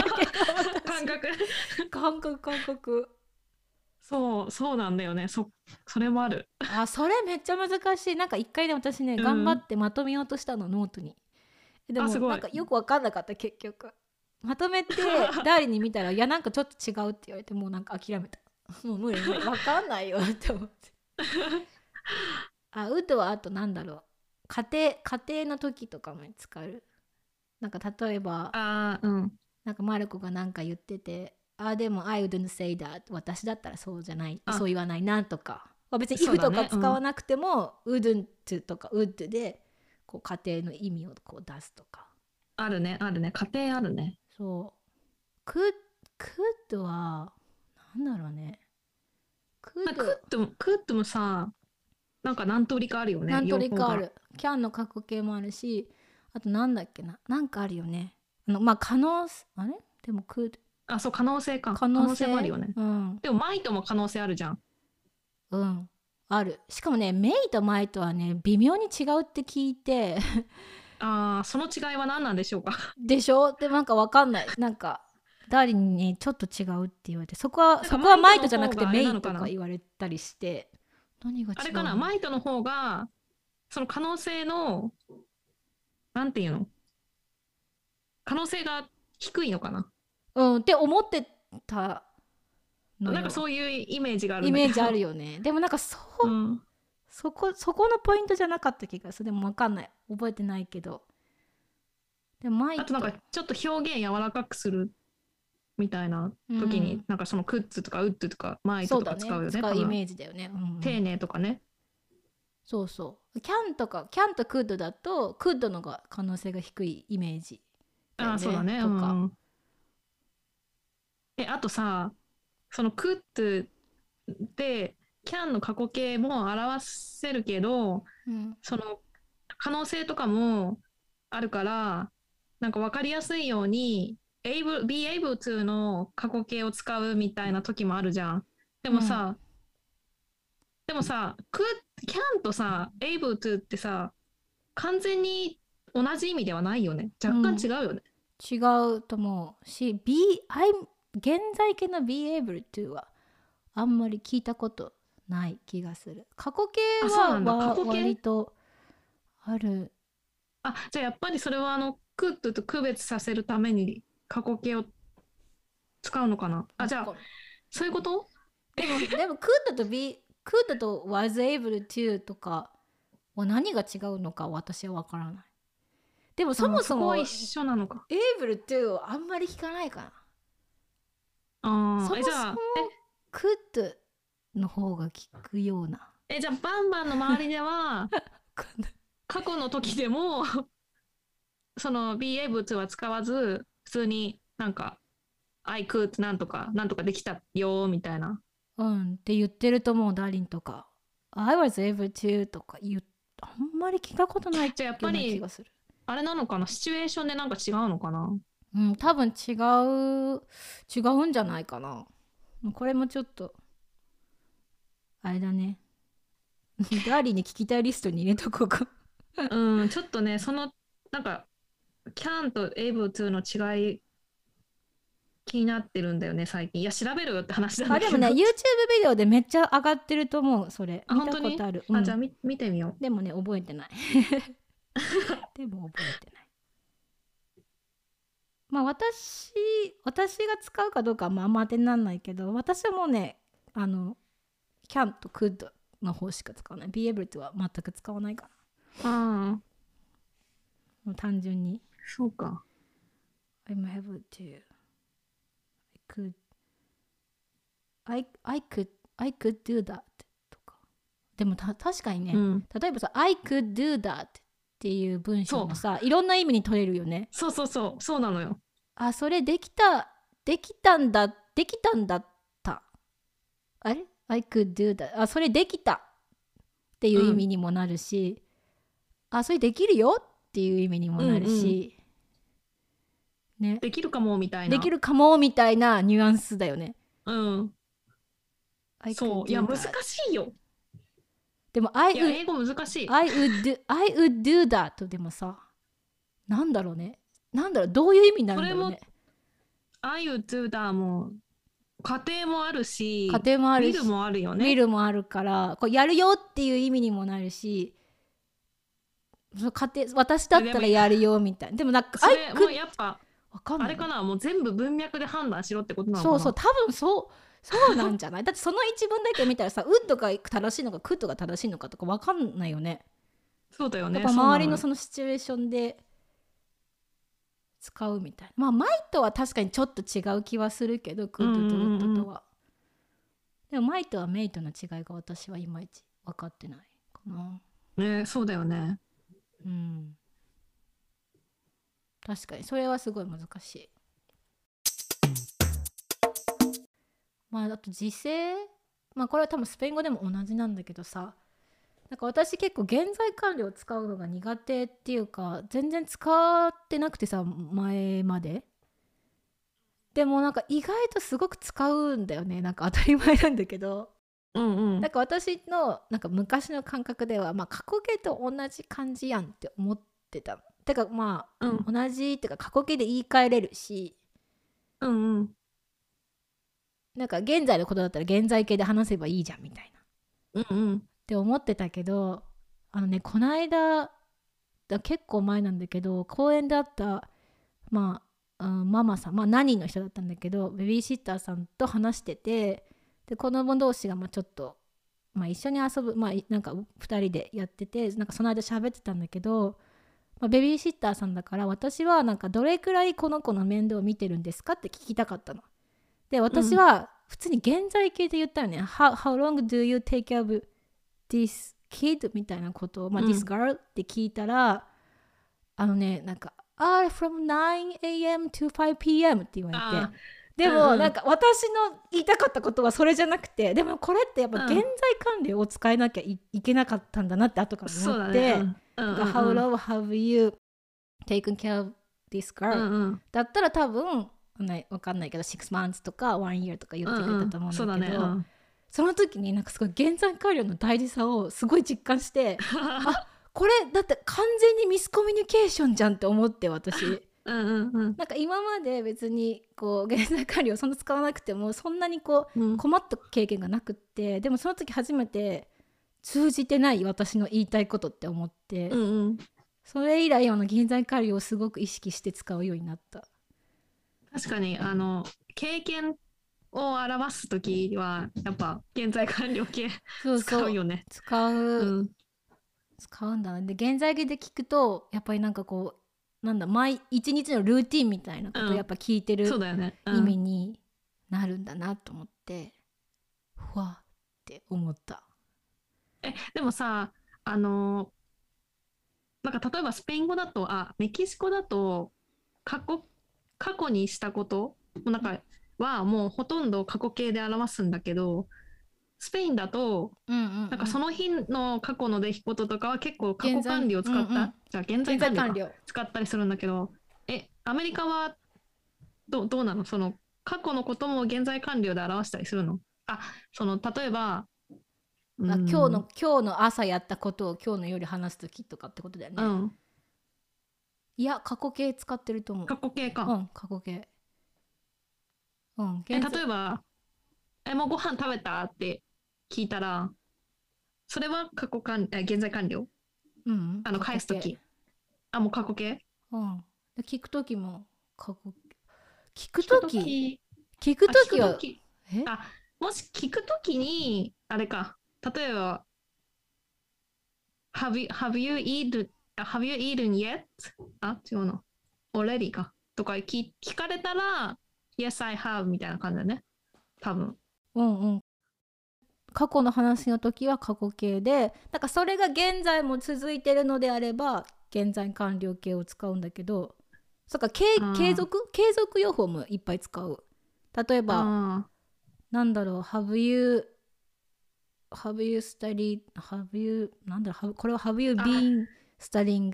Speaker 2: 感覚
Speaker 1: けど感覚感覚
Speaker 2: そうそうなんだよねそそれもある
Speaker 1: あそれめっちゃ難しいなんか一回で私ね、
Speaker 2: うん
Speaker 1: 頑張ってまとめようとしたのノートにでも
Speaker 2: あすごい
Speaker 1: なんかよく分かんなかった結局まと めてダーリンに見たら「いやなんかちょっと違う」って言われてもうなんか諦めたもう無理無理分かんないよって思って あウッドはあとなんだろう家庭家庭の時とかも使うなんか例えば
Speaker 2: あーうん
Speaker 1: なんかマルコがなんか言ってて「あでも I wouldn't say that 私だったらそうじゃない
Speaker 2: あ
Speaker 1: そう言わないな」とかまあ別に「
Speaker 2: そう
Speaker 1: if」
Speaker 2: だ
Speaker 1: と
Speaker 2: ね
Speaker 1: か使わなくても「wouldn't」とか「would」でこう家庭の意味をこう出すとか
Speaker 2: あるねあるね家庭あるね
Speaker 1: そう「could」could はなんだろうね「
Speaker 2: なんかク
Speaker 1: could
Speaker 2: ッともクッともさなんか何通りかあるよ」ね
Speaker 1: 何通りかあ
Speaker 2: 用
Speaker 1: る「can」の過去形もあるしあとなんだっけななんかあるよねあのまあ可能あれでも「could
Speaker 2: 法があそう可能性」か
Speaker 1: 可能性
Speaker 2: もあるよね
Speaker 1: うん
Speaker 2: でもマイトも可能性あるじゃん
Speaker 1: うんあるしかもねメイとマイとはね微妙に違うって聞いて
Speaker 2: あーその違いは何なんでしょうか
Speaker 1: でしょでもなんかわかんないなんかダーリンにちょっと違うって言われてそこは
Speaker 2: んか
Speaker 1: そこはマイトじゃなくて
Speaker 2: マ
Speaker 1: メ
Speaker 2: イ
Speaker 1: イ
Speaker 2: トの
Speaker 1: と
Speaker 2: 方があれなのかな
Speaker 1: か言われたりして何が違うの
Speaker 2: あれかなマイトの方がその可能性のなんていうの可能性が低いのかな
Speaker 1: うんって思ってたのよ
Speaker 2: なんかそういうイメージがある
Speaker 1: イ
Speaker 2: んだけど
Speaker 1: メージ あるよねでもなんかそうう、
Speaker 2: ん、
Speaker 1: そこそこのポイントじゃなかった気がするでも分かんない覚えてないけどでもマイ
Speaker 2: あとなんかちょっと表現柔らかくするみたいな時に、
Speaker 1: うん
Speaker 2: なんかそのクッズとかウッドとかマイ
Speaker 1: そ
Speaker 2: ト
Speaker 1: うだ
Speaker 2: とか
Speaker 1: ね
Speaker 2: 使うよね
Speaker 1: 使う
Speaker 2: 多
Speaker 1: イ
Speaker 2: 分
Speaker 1: メージだよね、うんうん
Speaker 2: 丁寧とかね
Speaker 1: そうそうキャンとかキャンとクッドだとクッドの方が可能性が低いイメージだよね
Speaker 2: ああそうだね
Speaker 1: とか
Speaker 2: うんえあとさそのクッドってキャンの過去形も表せるけど
Speaker 1: うん
Speaker 2: その可能性とかもあるからなんか分かりやすいように able, be able to の過去形を使うみたいな時もあるじゃん。でもさ、でもさ could, can とさ able to ってさ完全に同じ意味ではないよね若干違うよね。
Speaker 1: 違うと思うし be I'm 現在形の be able to はあんまり聞いたことない気がする過去形
Speaker 2: あそう
Speaker 1: は
Speaker 2: なんだ
Speaker 1: わ
Speaker 2: 過去形
Speaker 1: 割とある
Speaker 2: あじゃあやっぱりそれはあの could と区別させるために過去形を使うのかなあじゃあそういうこと
Speaker 1: でもでも could と be could と was able to とかは何が違うのか私は分からないでもそもそ
Speaker 2: こ
Speaker 1: も
Speaker 2: は一緒なのか。
Speaker 1: able to をあんまり聞かないかな
Speaker 2: あ
Speaker 1: そ
Speaker 2: あ
Speaker 1: も
Speaker 2: えじゃあ
Speaker 1: そも could の方が聞くような
Speaker 2: えじゃあバンバンの周りでは
Speaker 1: わかんない
Speaker 2: 過去の時でも その BA 物は使わず普通になんか「I could なんとかなんとかできたよ」みたいな
Speaker 1: うんって言ってると思うダーリンとか I was able to とか言うあんまり聞いたことないよ
Speaker 2: じゃあやっ
Speaker 1: う
Speaker 2: ぱ
Speaker 1: な気
Speaker 2: り
Speaker 1: がする
Speaker 2: あれなのかなシチュエーションでなんか違うのかな
Speaker 1: うん多分違う違うんじゃないかなこれもちょっとあれだね ダーリンに聞きたいリストに入れとこうか
Speaker 2: うんちょっとねそのなんか「can」と「able to」の違い気になってるんだよね最近いや調べるよって話な ん
Speaker 1: あ
Speaker 2: だけ
Speaker 1: で
Speaker 2: ど
Speaker 1: もね YouTube ビデオでめっちゃ上がってると思うそれ
Speaker 2: あ
Speaker 1: 見
Speaker 2: 本
Speaker 1: た
Speaker 2: 当に
Speaker 1: ことある
Speaker 2: あ
Speaker 1: うん
Speaker 2: じゃあみ見てみよ
Speaker 1: でもね覚えてない でも覚えてないまあ私私が使うかどうかはまああんま当てになんないけど私はもうねあの can と could の方しか使わない be able to は全く使わないかな
Speaker 2: うああ
Speaker 1: もう単純に
Speaker 2: そうか
Speaker 1: I'm able to I could I, I could I could do that とかでもた確かにね、
Speaker 2: うん
Speaker 1: 例えばさ「I could do that」っていう文章もさいろんな意味に取れるよね。
Speaker 2: そうそうそうそうなのよ
Speaker 1: あそれできたできたんだできたんだったあれ ?I could do that あそれできたっていう意味にもなるし、あそれできるよっていう意味にもなるし、ね
Speaker 2: できるかもみたいな
Speaker 1: できるかもみたいなニュアンスだよね。
Speaker 2: うん、
Speaker 1: I could
Speaker 2: そう
Speaker 1: do
Speaker 2: いや
Speaker 1: that
Speaker 2: 難しいよ
Speaker 1: でも I
Speaker 2: いや
Speaker 1: would
Speaker 2: 英語難しい
Speaker 1: I would do, I would do that でもさなんだろうねなんだろうどういう意味になるんだろうね
Speaker 2: I would do that も家庭もあるし
Speaker 1: 家庭もあるし
Speaker 2: 見るもあるよ
Speaker 1: ウィ
Speaker 2: ね
Speaker 1: ルもあるからこうやるよっていう意味にもなるしその家庭私だったらやるよみたいなでもなんか
Speaker 2: そ
Speaker 1: I
Speaker 2: れもう
Speaker 1: could
Speaker 2: やっぱ
Speaker 1: わかんな
Speaker 2: あ
Speaker 1: い
Speaker 2: れかなもう全部文脈で判断しろってことなのか
Speaker 1: そ
Speaker 2: な
Speaker 1: うそう多分そうそうなんじゃない だってその一文だけ見たらさ「う」とか正しいのか「く」とか正しいのかとかわかんないよね
Speaker 2: そうだよ
Speaker 1: や
Speaker 2: ね
Speaker 1: っぱ周りの
Speaker 2: そ
Speaker 1: そのシチュエーションで使うみたいなまあマイトは確かにちょっと違う気はするけどクートとウッドとは、でもマイトはメイトの違いが私はいまいち分かってないかな
Speaker 2: うなのよねそうだよね
Speaker 1: うん確かにそれはすごい難しいまああと時制まあこれは多分スペイン語でも同じなんだけどさなんか私結構現在完了を使うのが苦手っていうか全然使ってなくてさ前まででもなんか意外とすごく使うんだよねなんか当たり前なんだけど
Speaker 2: うんうん
Speaker 1: なんか私のなんか昔の感覚では、まあ、過去形と同じ感じやんって思ってたのてかまあ、
Speaker 2: うん
Speaker 1: 同じっていうか過去形で言い換えれるし
Speaker 2: うんうん
Speaker 1: なんか現在のことだったら現在形で話せばいいじゃんみたいなっ
Speaker 2: うんうん
Speaker 1: て思ってたけどあのねこの間だ結構前なんだけど公園で会った、まあうんママさん、まあ、何の人だったんだけどベビーシッターさんと話しててで子供同士がまあちょっと、まあ、一緒に遊ぶ、まあ、いなんか2人でやっててなんかその間喋ってたんだけど、まあ、ベビーシッターさんだから私はなんかどれくらいこの子の面倒を見てるんですかって聞きたかったの。で私は普通に現在形で言ったよね。how, how long do you take care of this kid? みたいなことを、まあ
Speaker 2: うん
Speaker 1: this girl って聞いたらあのねなんか ah from 9am to 5pm って言われて
Speaker 2: あ。
Speaker 1: で
Speaker 2: うん
Speaker 1: も
Speaker 2: うん
Speaker 1: なんか私の言いたかったことはそれじゃなくてでもこれってやっぱ
Speaker 2: うん
Speaker 1: 現在管理を使えなきゃい,、けなかったんだなって後から
Speaker 2: そう
Speaker 1: 思
Speaker 2: だ
Speaker 1: っ
Speaker 2: ね
Speaker 1: て、
Speaker 2: うんうんうん
Speaker 1: How long have you taken care of this
Speaker 2: う
Speaker 1: girl?、
Speaker 2: んうん
Speaker 1: だったら多分ねわかんないけど6 months とか1 year とか言ってくれたと思うんだけど、
Speaker 2: そうだねうん
Speaker 1: その時になんかすごい現在管理の大事さをすごい実感 してこれだって完全にミスコミュニケーションじゃんって思って私。
Speaker 2: うんうん
Speaker 1: なんか今まで別にこう現在管理をそんな使わなくてもそんなにこ
Speaker 2: うん
Speaker 1: う困った経験がなくってでもその時初めて通じてない私の言いたいことって思って、
Speaker 2: うんうん
Speaker 1: それ以来あの現在管理をすごく意識して使うようになった。
Speaker 2: 確かにあの経験を表す時はやっぱ現在完了形
Speaker 1: そう
Speaker 2: 使
Speaker 1: そう
Speaker 2: うよね。
Speaker 1: 使う、
Speaker 2: うん
Speaker 1: 使うんだなで現在形で聞くとやっぱりなんかこうなんだ毎一日のルーティンみたいなこと
Speaker 2: うん
Speaker 1: やっぱ聞いてる
Speaker 2: そうだよね。うん
Speaker 1: 意味になるんだなと思って、ふわって思った。
Speaker 2: えでもさあのなんか例えばスペイン語だとあメキシコだと過去過去にしたことなんかはもうほとんど過去形で表すんだけどスペインだと
Speaker 1: うんうんうん
Speaker 2: なんかその日の過去の出来事とかは結構過去
Speaker 1: 現在
Speaker 2: 管理を使っ
Speaker 1: う
Speaker 2: た、
Speaker 1: んうん
Speaker 2: じゃあ現在
Speaker 1: 現在
Speaker 2: 管理か
Speaker 1: 完了
Speaker 2: 使ったりするんだけどえアメリカはどうどうなのその過去のことも現在完了で表したりするのあその例えばう
Speaker 1: あ
Speaker 2: ん
Speaker 1: 今日の今日の朝やったことを今日の夜話す時とかってことだよね、
Speaker 2: うん
Speaker 1: いや過去形使ってると思う
Speaker 2: 過去形か、
Speaker 1: うん過去形うん現
Speaker 2: え
Speaker 1: 在
Speaker 2: 例えば「えもうご飯食べた?」って聞いたらそれは過去完え現在完了
Speaker 1: うんうん
Speaker 2: あの
Speaker 1: 過去形
Speaker 2: 返す時あもう過去形
Speaker 1: うんで聞く時も過去形聞く時聞く
Speaker 2: あ
Speaker 1: 時
Speaker 2: 聞
Speaker 1: は
Speaker 2: く時
Speaker 1: え
Speaker 2: あもし聞くときに、あれか、例えば、Have you, have you eaten, have you eaten yet? あ、違うの。already か。とか聞聞かれたら、Yes, I have みたいな感じだね。多分。
Speaker 1: うんうん過去の話の時は過去形でなんかそれが現在も続いてるのであれば現在完了形を使うんだけどそっか継
Speaker 2: あー
Speaker 1: 継続継続用法もいっぱい使う例えば
Speaker 2: あ
Speaker 1: なんだろう Have you Have you studied Have you なんだろう have- これは Have you
Speaker 2: あ
Speaker 1: been studying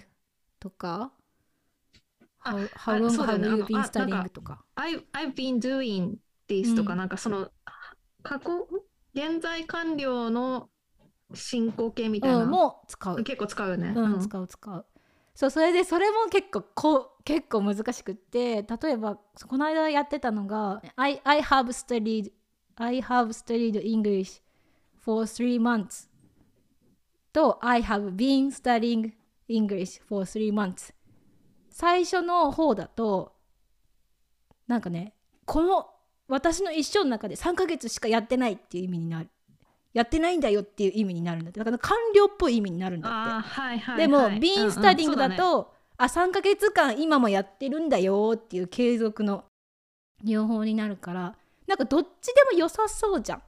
Speaker 1: とか
Speaker 2: あ
Speaker 1: How,
Speaker 2: あ
Speaker 1: how long
Speaker 2: そうだよね
Speaker 1: have you
Speaker 2: あの
Speaker 1: been
Speaker 2: あなんか
Speaker 1: studying とか
Speaker 2: ー I've, I've been doing this とか、
Speaker 1: うん
Speaker 2: なんかその、過去、ん現在完了の進行形みたいな。
Speaker 1: うんも使う
Speaker 2: 結構使うよね。
Speaker 1: うん、使う使うそうそれでそれも結構こう結構難しくって例えばこの間やってたのが「I, I have studied I have studied English for three months」と「I have been studying English for three months」最初の方だとなんかねこの私の一生の中で3ヶ月しかやってないっていう意味になるやってないんだよっていう意味になるんだってだから完了っぽい意味になるんだって
Speaker 2: ああ、はいはい、はい。
Speaker 1: でも、ビ
Speaker 2: う
Speaker 1: ー
Speaker 2: んう
Speaker 1: ン
Speaker 2: ん
Speaker 1: スタディング
Speaker 2: そう
Speaker 1: だ
Speaker 2: ね
Speaker 1: と、あ3ヶ月間今もやってるんだよっていう継続の両方になるからなんかどっちでも良さそうじゃん。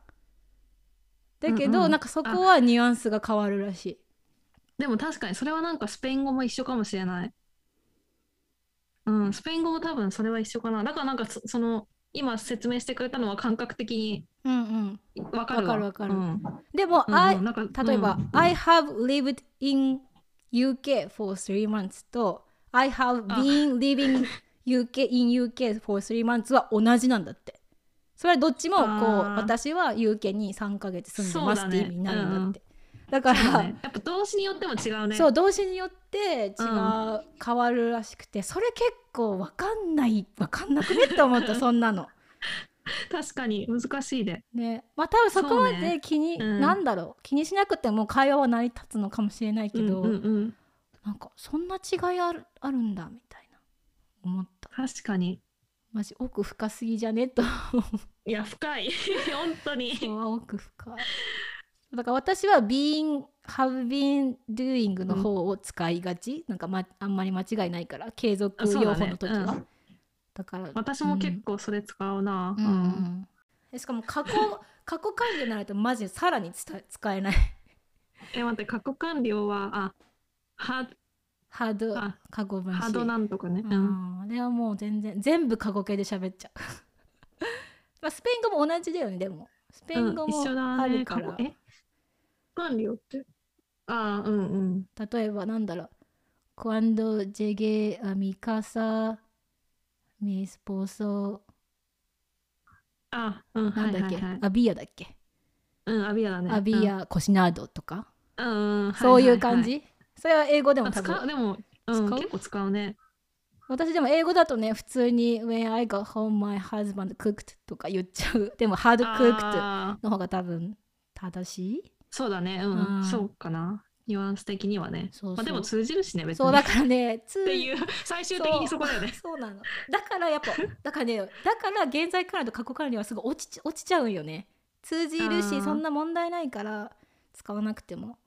Speaker 1: だけど、
Speaker 2: うんうん
Speaker 1: なんかそこはニュアンスが変わるらしい。
Speaker 2: でも確かにそれはなんかスペイン語も一緒かもしれない。うん、スペイン語も多分それは一緒かな。だからなんかそ、その今説明してくれたのは感覚的に
Speaker 1: うんうん、
Speaker 2: わかる
Speaker 1: わ
Speaker 2: わ。
Speaker 1: かるわかる
Speaker 2: うん
Speaker 1: でも、
Speaker 2: うんうん
Speaker 1: I-
Speaker 2: なんか
Speaker 1: 例えば、
Speaker 2: うん
Speaker 1: I have lived in UK for three months と I have
Speaker 2: あ
Speaker 1: been living UK in UK for three months は同じなんだって。それはどっちもこう
Speaker 2: あー
Speaker 1: 私は UK に3ヶ月住んでますって意味になるんだって。だか
Speaker 2: そう
Speaker 1: ら、
Speaker 2: だねやっぱ動詞によっても違うね。
Speaker 1: そう動詞によって違う、
Speaker 2: うん
Speaker 1: 変わるらしくてそれ結構わかんないわかんなくねって思った そんなの。
Speaker 2: 確かに難しいで。
Speaker 1: ねまあ多分そこま
Speaker 2: そうね
Speaker 1: で気に、
Speaker 2: うん
Speaker 1: なんだろう気にしなくても会話は成り立つのかもしれないけど、
Speaker 2: うんうんうん
Speaker 1: なんかそんな違いあるあるんだみたいな思った
Speaker 2: 確かに
Speaker 1: マジ奥深すぎじゃねと
Speaker 2: いや深い 本当に
Speaker 1: そうは奥深いだから私は being have been doing の方を使いがち、なんか、ま、あんまり間違いないから継続
Speaker 2: そう
Speaker 1: 用
Speaker 2: だね
Speaker 1: 法の時はだ,、
Speaker 2: うん
Speaker 1: から
Speaker 2: 私も結構それ使うな、
Speaker 1: うんうんうんえしかも過去過去完了になるとマジでさらにつた使えない
Speaker 2: え待って過去完了はあハ
Speaker 1: ハード
Speaker 2: あ
Speaker 1: 過去分詞
Speaker 2: ハードなんとかね、
Speaker 1: う
Speaker 2: うん
Speaker 1: ん、あれはもう全然全部過去形で喋っちゃう まあスペイン語も同じだよねでもスペイン語
Speaker 2: うん
Speaker 1: も
Speaker 2: 一緒だ
Speaker 1: あ
Speaker 2: ね
Speaker 1: るから、
Speaker 2: 過去え管理をってああうんうん
Speaker 1: 例えばなんだろう「Cuando llegué a mi casa mi esposo
Speaker 2: あうん
Speaker 1: な
Speaker 2: は
Speaker 1: ん
Speaker 2: い
Speaker 1: だ
Speaker 2: は
Speaker 1: っ
Speaker 2: い
Speaker 1: け、
Speaker 2: はい
Speaker 1: アビアだっけ、
Speaker 2: うんアビアだね
Speaker 1: アビアコシナード」とか、
Speaker 2: うん、うんうん
Speaker 1: そういう感
Speaker 2: は
Speaker 1: じ、それは英語で
Speaker 2: は
Speaker 1: も
Speaker 2: は
Speaker 1: 多
Speaker 2: 使う
Speaker 1: 分
Speaker 2: でも、
Speaker 1: 使
Speaker 2: う、
Speaker 1: うん
Speaker 2: 結構使うね
Speaker 1: 私でも英語だとね普通に「When I got home my husband cooked」とか言っちゃうでも「hard cooked」
Speaker 2: あー
Speaker 1: の方が多分正しい
Speaker 2: そうだね
Speaker 1: う
Speaker 2: うんんそうかなニュアンス的にはね
Speaker 1: そうそう
Speaker 2: まあ、でも通じるしね別に
Speaker 1: そうだから ねつ
Speaker 2: っていう最終的にそこだよね
Speaker 1: そうなのだからやっぱだからねだから現在管理と過去管理はすごい落ちち落ちちゃうんよね通じる
Speaker 2: あ
Speaker 1: し
Speaker 2: ー
Speaker 1: そんな問題ないから使わなくても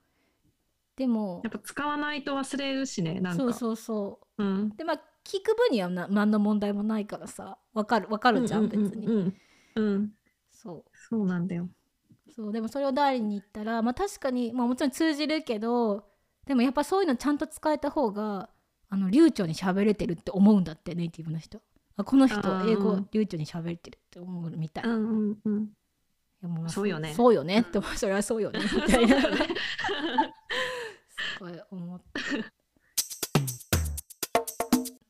Speaker 1: でも
Speaker 2: やっぱ使わないと忘れるしねなんか、
Speaker 1: そうそうそう
Speaker 2: ん
Speaker 1: う、でまあ聞く分にはな何の問題もないからさわかるわかるじゃん別に、
Speaker 2: うんうんうん、うん
Speaker 1: そ
Speaker 2: そうなんだよ
Speaker 1: うそうでもそれを代理に言ったらまあ確かにまあもちろん通じるけどでもやっぱそういうのちゃんと使えた方があの流暢に喋れてるって思うんだってネイティブの人あこの人
Speaker 2: あー
Speaker 1: 英語流暢に喋れてるって思うみたい
Speaker 2: うんうんうん
Speaker 1: いやも
Speaker 2: そうよね
Speaker 1: そうよねって思う、それはそうよ ねみたいなすごい思った。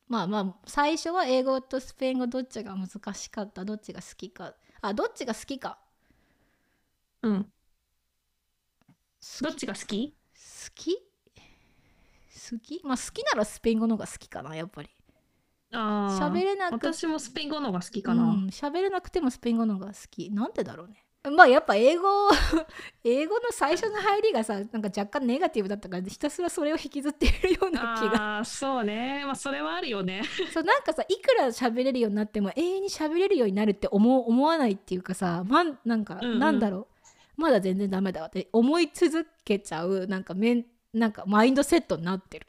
Speaker 1: まあまあ最初は英語とスペイン語どっちが難しかったどっちが好きかあどっちが好きか
Speaker 2: うん
Speaker 1: 好
Speaker 2: どっ
Speaker 1: き好
Speaker 2: ちが好き
Speaker 1: き好きまあ好きならスペイン語の方が好きかなやっぱり
Speaker 2: ああ
Speaker 1: 喋れなく
Speaker 2: 私もスペイン語の方が好き
Speaker 1: う
Speaker 2: かな、
Speaker 1: ん喋れなくてもスペイン語の方が好きなんでだろうねまあやっぱ英語英語の最初の入りがさなんか若干ネガティブだったからひたすらそれを引きずっているような気が
Speaker 2: ああそうねまあそれはあるよね
Speaker 1: そうなんかさいくら喋れるようになっても永遠に喋れるようになるって思う思わないっていうかさ、まん、なんか、
Speaker 2: うんうん
Speaker 1: なんだろうまだ全然ダメだわって思い続けちゃうなんかめんなんかマインドセットになって る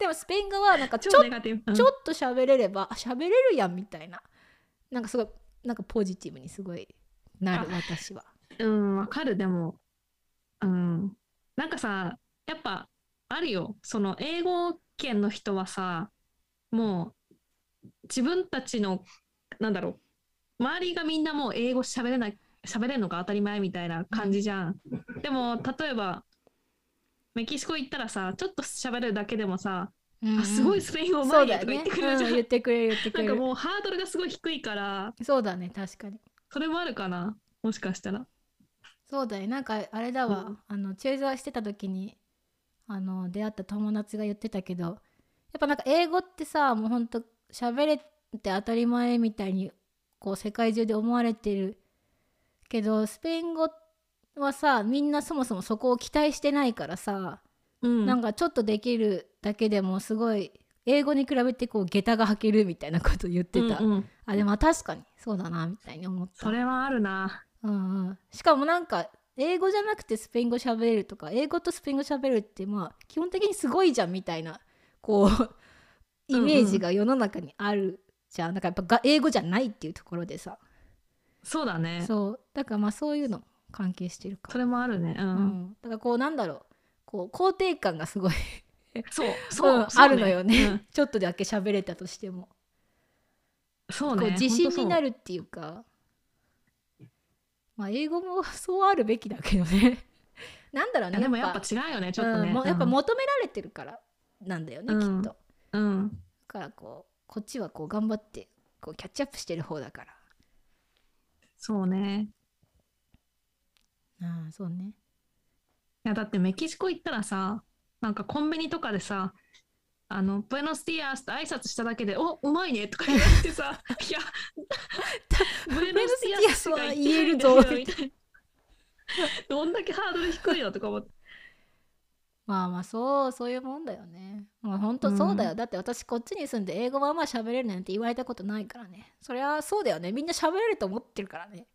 Speaker 1: でもスペイン語はなんかちょっ
Speaker 2: 超ネガティブ、うん
Speaker 1: ちょっと喋れればあ喋れるやんみたいななんかすごいなんかポジティブにすごいなる私は。
Speaker 2: うんわかるでもうんなんかさやっぱあるよその英語圏の人はさもう自分たちのなんだろう周りがみんなもう英語喋れない喋れるのが当たり前みたいな感じじゃん、でも例えばメキシコ行ったらさちょっと喋るだけでもさ、
Speaker 1: うんう
Speaker 2: あ
Speaker 1: ん
Speaker 2: すごいスペイン語う
Speaker 1: そ
Speaker 2: ま
Speaker 1: う
Speaker 2: いね
Speaker 1: だ
Speaker 2: と
Speaker 1: よね
Speaker 2: か言ってくれるじゃ
Speaker 1: うん
Speaker 2: ん
Speaker 1: 言ってくれる言ってく
Speaker 2: なん
Speaker 1: れ
Speaker 2: か
Speaker 1: る
Speaker 2: もうハードルがすごい低いから
Speaker 1: そうだね確かに
Speaker 2: それもあるかなもしかしたら
Speaker 1: そうだねなんかあれだわ、
Speaker 2: うん
Speaker 1: あの駐在してた時にあの出会った友達が言ってたけどやっぱなんか英語ってさもうほんと喋れて当たり前みたいにこう世界中で思われてるけどスペイン語はさみんなそもそもそこを期待してないからさ
Speaker 2: うん
Speaker 1: なんかちょっとできるだけでもすごい英語に比べてこう下駄が履けるみたいなこと言ってた、
Speaker 2: うんうん
Speaker 1: あでも確かにそうだなみたいに思った
Speaker 2: そ、れはあるな
Speaker 1: うんうん、しかもなんか英語じゃなくてスペイン語喋れるとか英語とスペイン語喋るってまあ基本的にすごいじゃんみたいなこうイメージが世の中にあるじゃん、なんかやっぱが英語じゃないっていうところでさ
Speaker 2: そうだね。
Speaker 1: そうだからまあそういうのも関係してるか
Speaker 2: それもあるね。う。
Speaker 1: うんん、だからこうなんだろうこう肯定感がすごい
Speaker 2: そう、そう、
Speaker 1: うん
Speaker 2: そ う
Speaker 1: あるのよね、
Speaker 2: うん
Speaker 1: ちょっとだけ喋れたとしても、
Speaker 2: そう
Speaker 1: こう
Speaker 2: ね。
Speaker 1: 自信にな
Speaker 2: る。
Speaker 1: るっていうかまあ英語もそうあるべきだけどね なんだろう
Speaker 2: い
Speaker 1: ね
Speaker 2: やでもやっぱ違うよね、ちょっと
Speaker 1: うん
Speaker 2: ね。
Speaker 1: もうやっぱ
Speaker 2: うん
Speaker 1: 求められてるからなんだよね、
Speaker 2: うん
Speaker 1: きっとだ
Speaker 2: うん。
Speaker 1: からこうこっちはこう頑張ってこうキャッチアップしてる方だから
Speaker 2: そうね。
Speaker 1: ああそうね
Speaker 2: いや、だってメキシコ行ったらさ、なんかコンビニとかでさ、あの、ブエノスティアスって挨拶しただけで、お、うまいねとか言われて さ、いや、ブエ
Speaker 1: ノスディアスは言えるぞ
Speaker 2: ノスディアスが言えるんだよみたいなどんだけハードル低いのとか思って。
Speaker 1: まあまあそうそういうもんだよねまあ本当そうだよ、
Speaker 2: うん
Speaker 1: だって私こっちに住んで英語まあまあ喋れるなんて言われたことないからねそりゃそうだよねみんな喋れると思ってるからね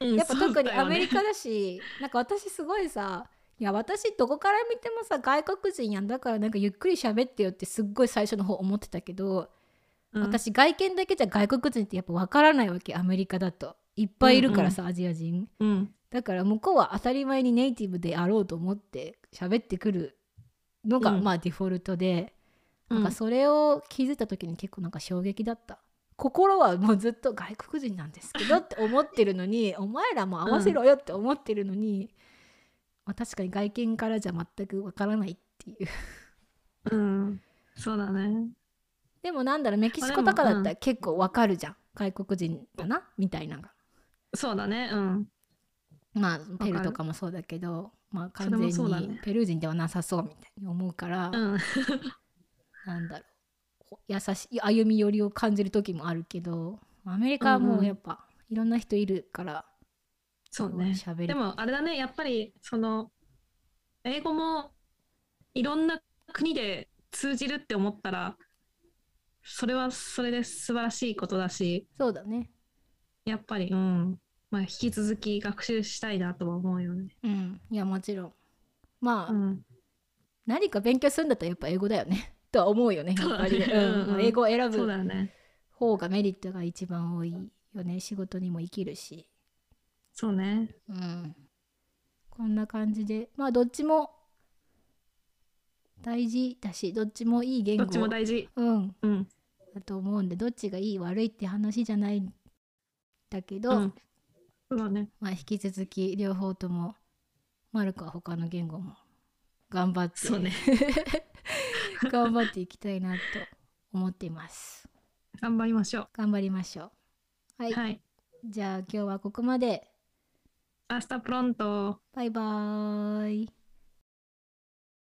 Speaker 1: やっぱ特にアメリカだ しなんか私すごいさいや私どこから見てもさ外国人やんだからなんかゆっくり喋ってよってすっごい最初の方思ってたけど、
Speaker 2: うん、
Speaker 1: 私外見だけじゃ外国人ってやっぱ分からないわけアメリカだといっぱいいるからさ、アジア人
Speaker 2: うん
Speaker 1: だから向こうは当たり前にネイティブであろうと思って喋ってくるのが、
Speaker 2: うん
Speaker 1: まあデフォルトで、
Speaker 2: う
Speaker 1: な
Speaker 2: ん
Speaker 1: んかそれを気づいた時に結構なんか衝撃だった心はもうずっと外国人なんですけどって思ってるの にお前らも合わせろよって思ってるのに、まあ、確かに外見からじゃ全くわからないっていう
Speaker 2: うん、そうだね。
Speaker 1: でもなんだろうメキシコとかだったら結構わかるじゃん、外国人だなみたいなのが
Speaker 2: そうだね。うん。
Speaker 1: まあペルーとかもそうだけどまあ完
Speaker 2: それも
Speaker 1: 全
Speaker 2: そうだ
Speaker 1: に
Speaker 2: ね
Speaker 1: ペルー人ではなさそうみたいに思うから、
Speaker 2: うん。
Speaker 1: なんだろうこう優しい歩み寄りを感じる時もあるけどアメリカはもうやっぱいろんな人いるから
Speaker 2: そうね。
Speaker 1: 喋
Speaker 2: で
Speaker 1: る
Speaker 2: もあれだね、やっぱりその英語もいろんな国で通じるって思ったら、それはそれで素晴らしいことだし、
Speaker 1: そうだね
Speaker 2: やっぱり、うん、まあ引き続き学習したいなとは思うよね。
Speaker 1: うんいやもちろんまあ、
Speaker 2: うん、
Speaker 1: 何か勉強するんだったらやっぱ英語だよね とは思うよねやっぱりね、
Speaker 2: そうだね
Speaker 1: うん
Speaker 2: うんうん
Speaker 1: 英語を選
Speaker 2: そう
Speaker 1: ぶ
Speaker 2: だよね。
Speaker 1: 方がメリットが一番多いよね仕事にも生きるし
Speaker 2: そうね。
Speaker 1: うん、こんな感じでまあどっちも大事だしどっちもいい言
Speaker 2: ど
Speaker 1: 語
Speaker 2: っちも大事。
Speaker 1: うん、
Speaker 2: うん。
Speaker 1: だと思うんでどっちがいい悪いって話じゃないんだけど、
Speaker 2: うん、そうだね。
Speaker 1: まあ、引き続き両方ともマルコは他の言語も頑張って
Speaker 2: そうね。
Speaker 1: 頑張っていきたいなと思っています
Speaker 2: 頑張りましょ
Speaker 1: 頑張りましょうは
Speaker 2: う。
Speaker 1: い、
Speaker 2: はい。
Speaker 1: じゃあ今日はここまで
Speaker 2: 明日プロント。
Speaker 1: バイバーイ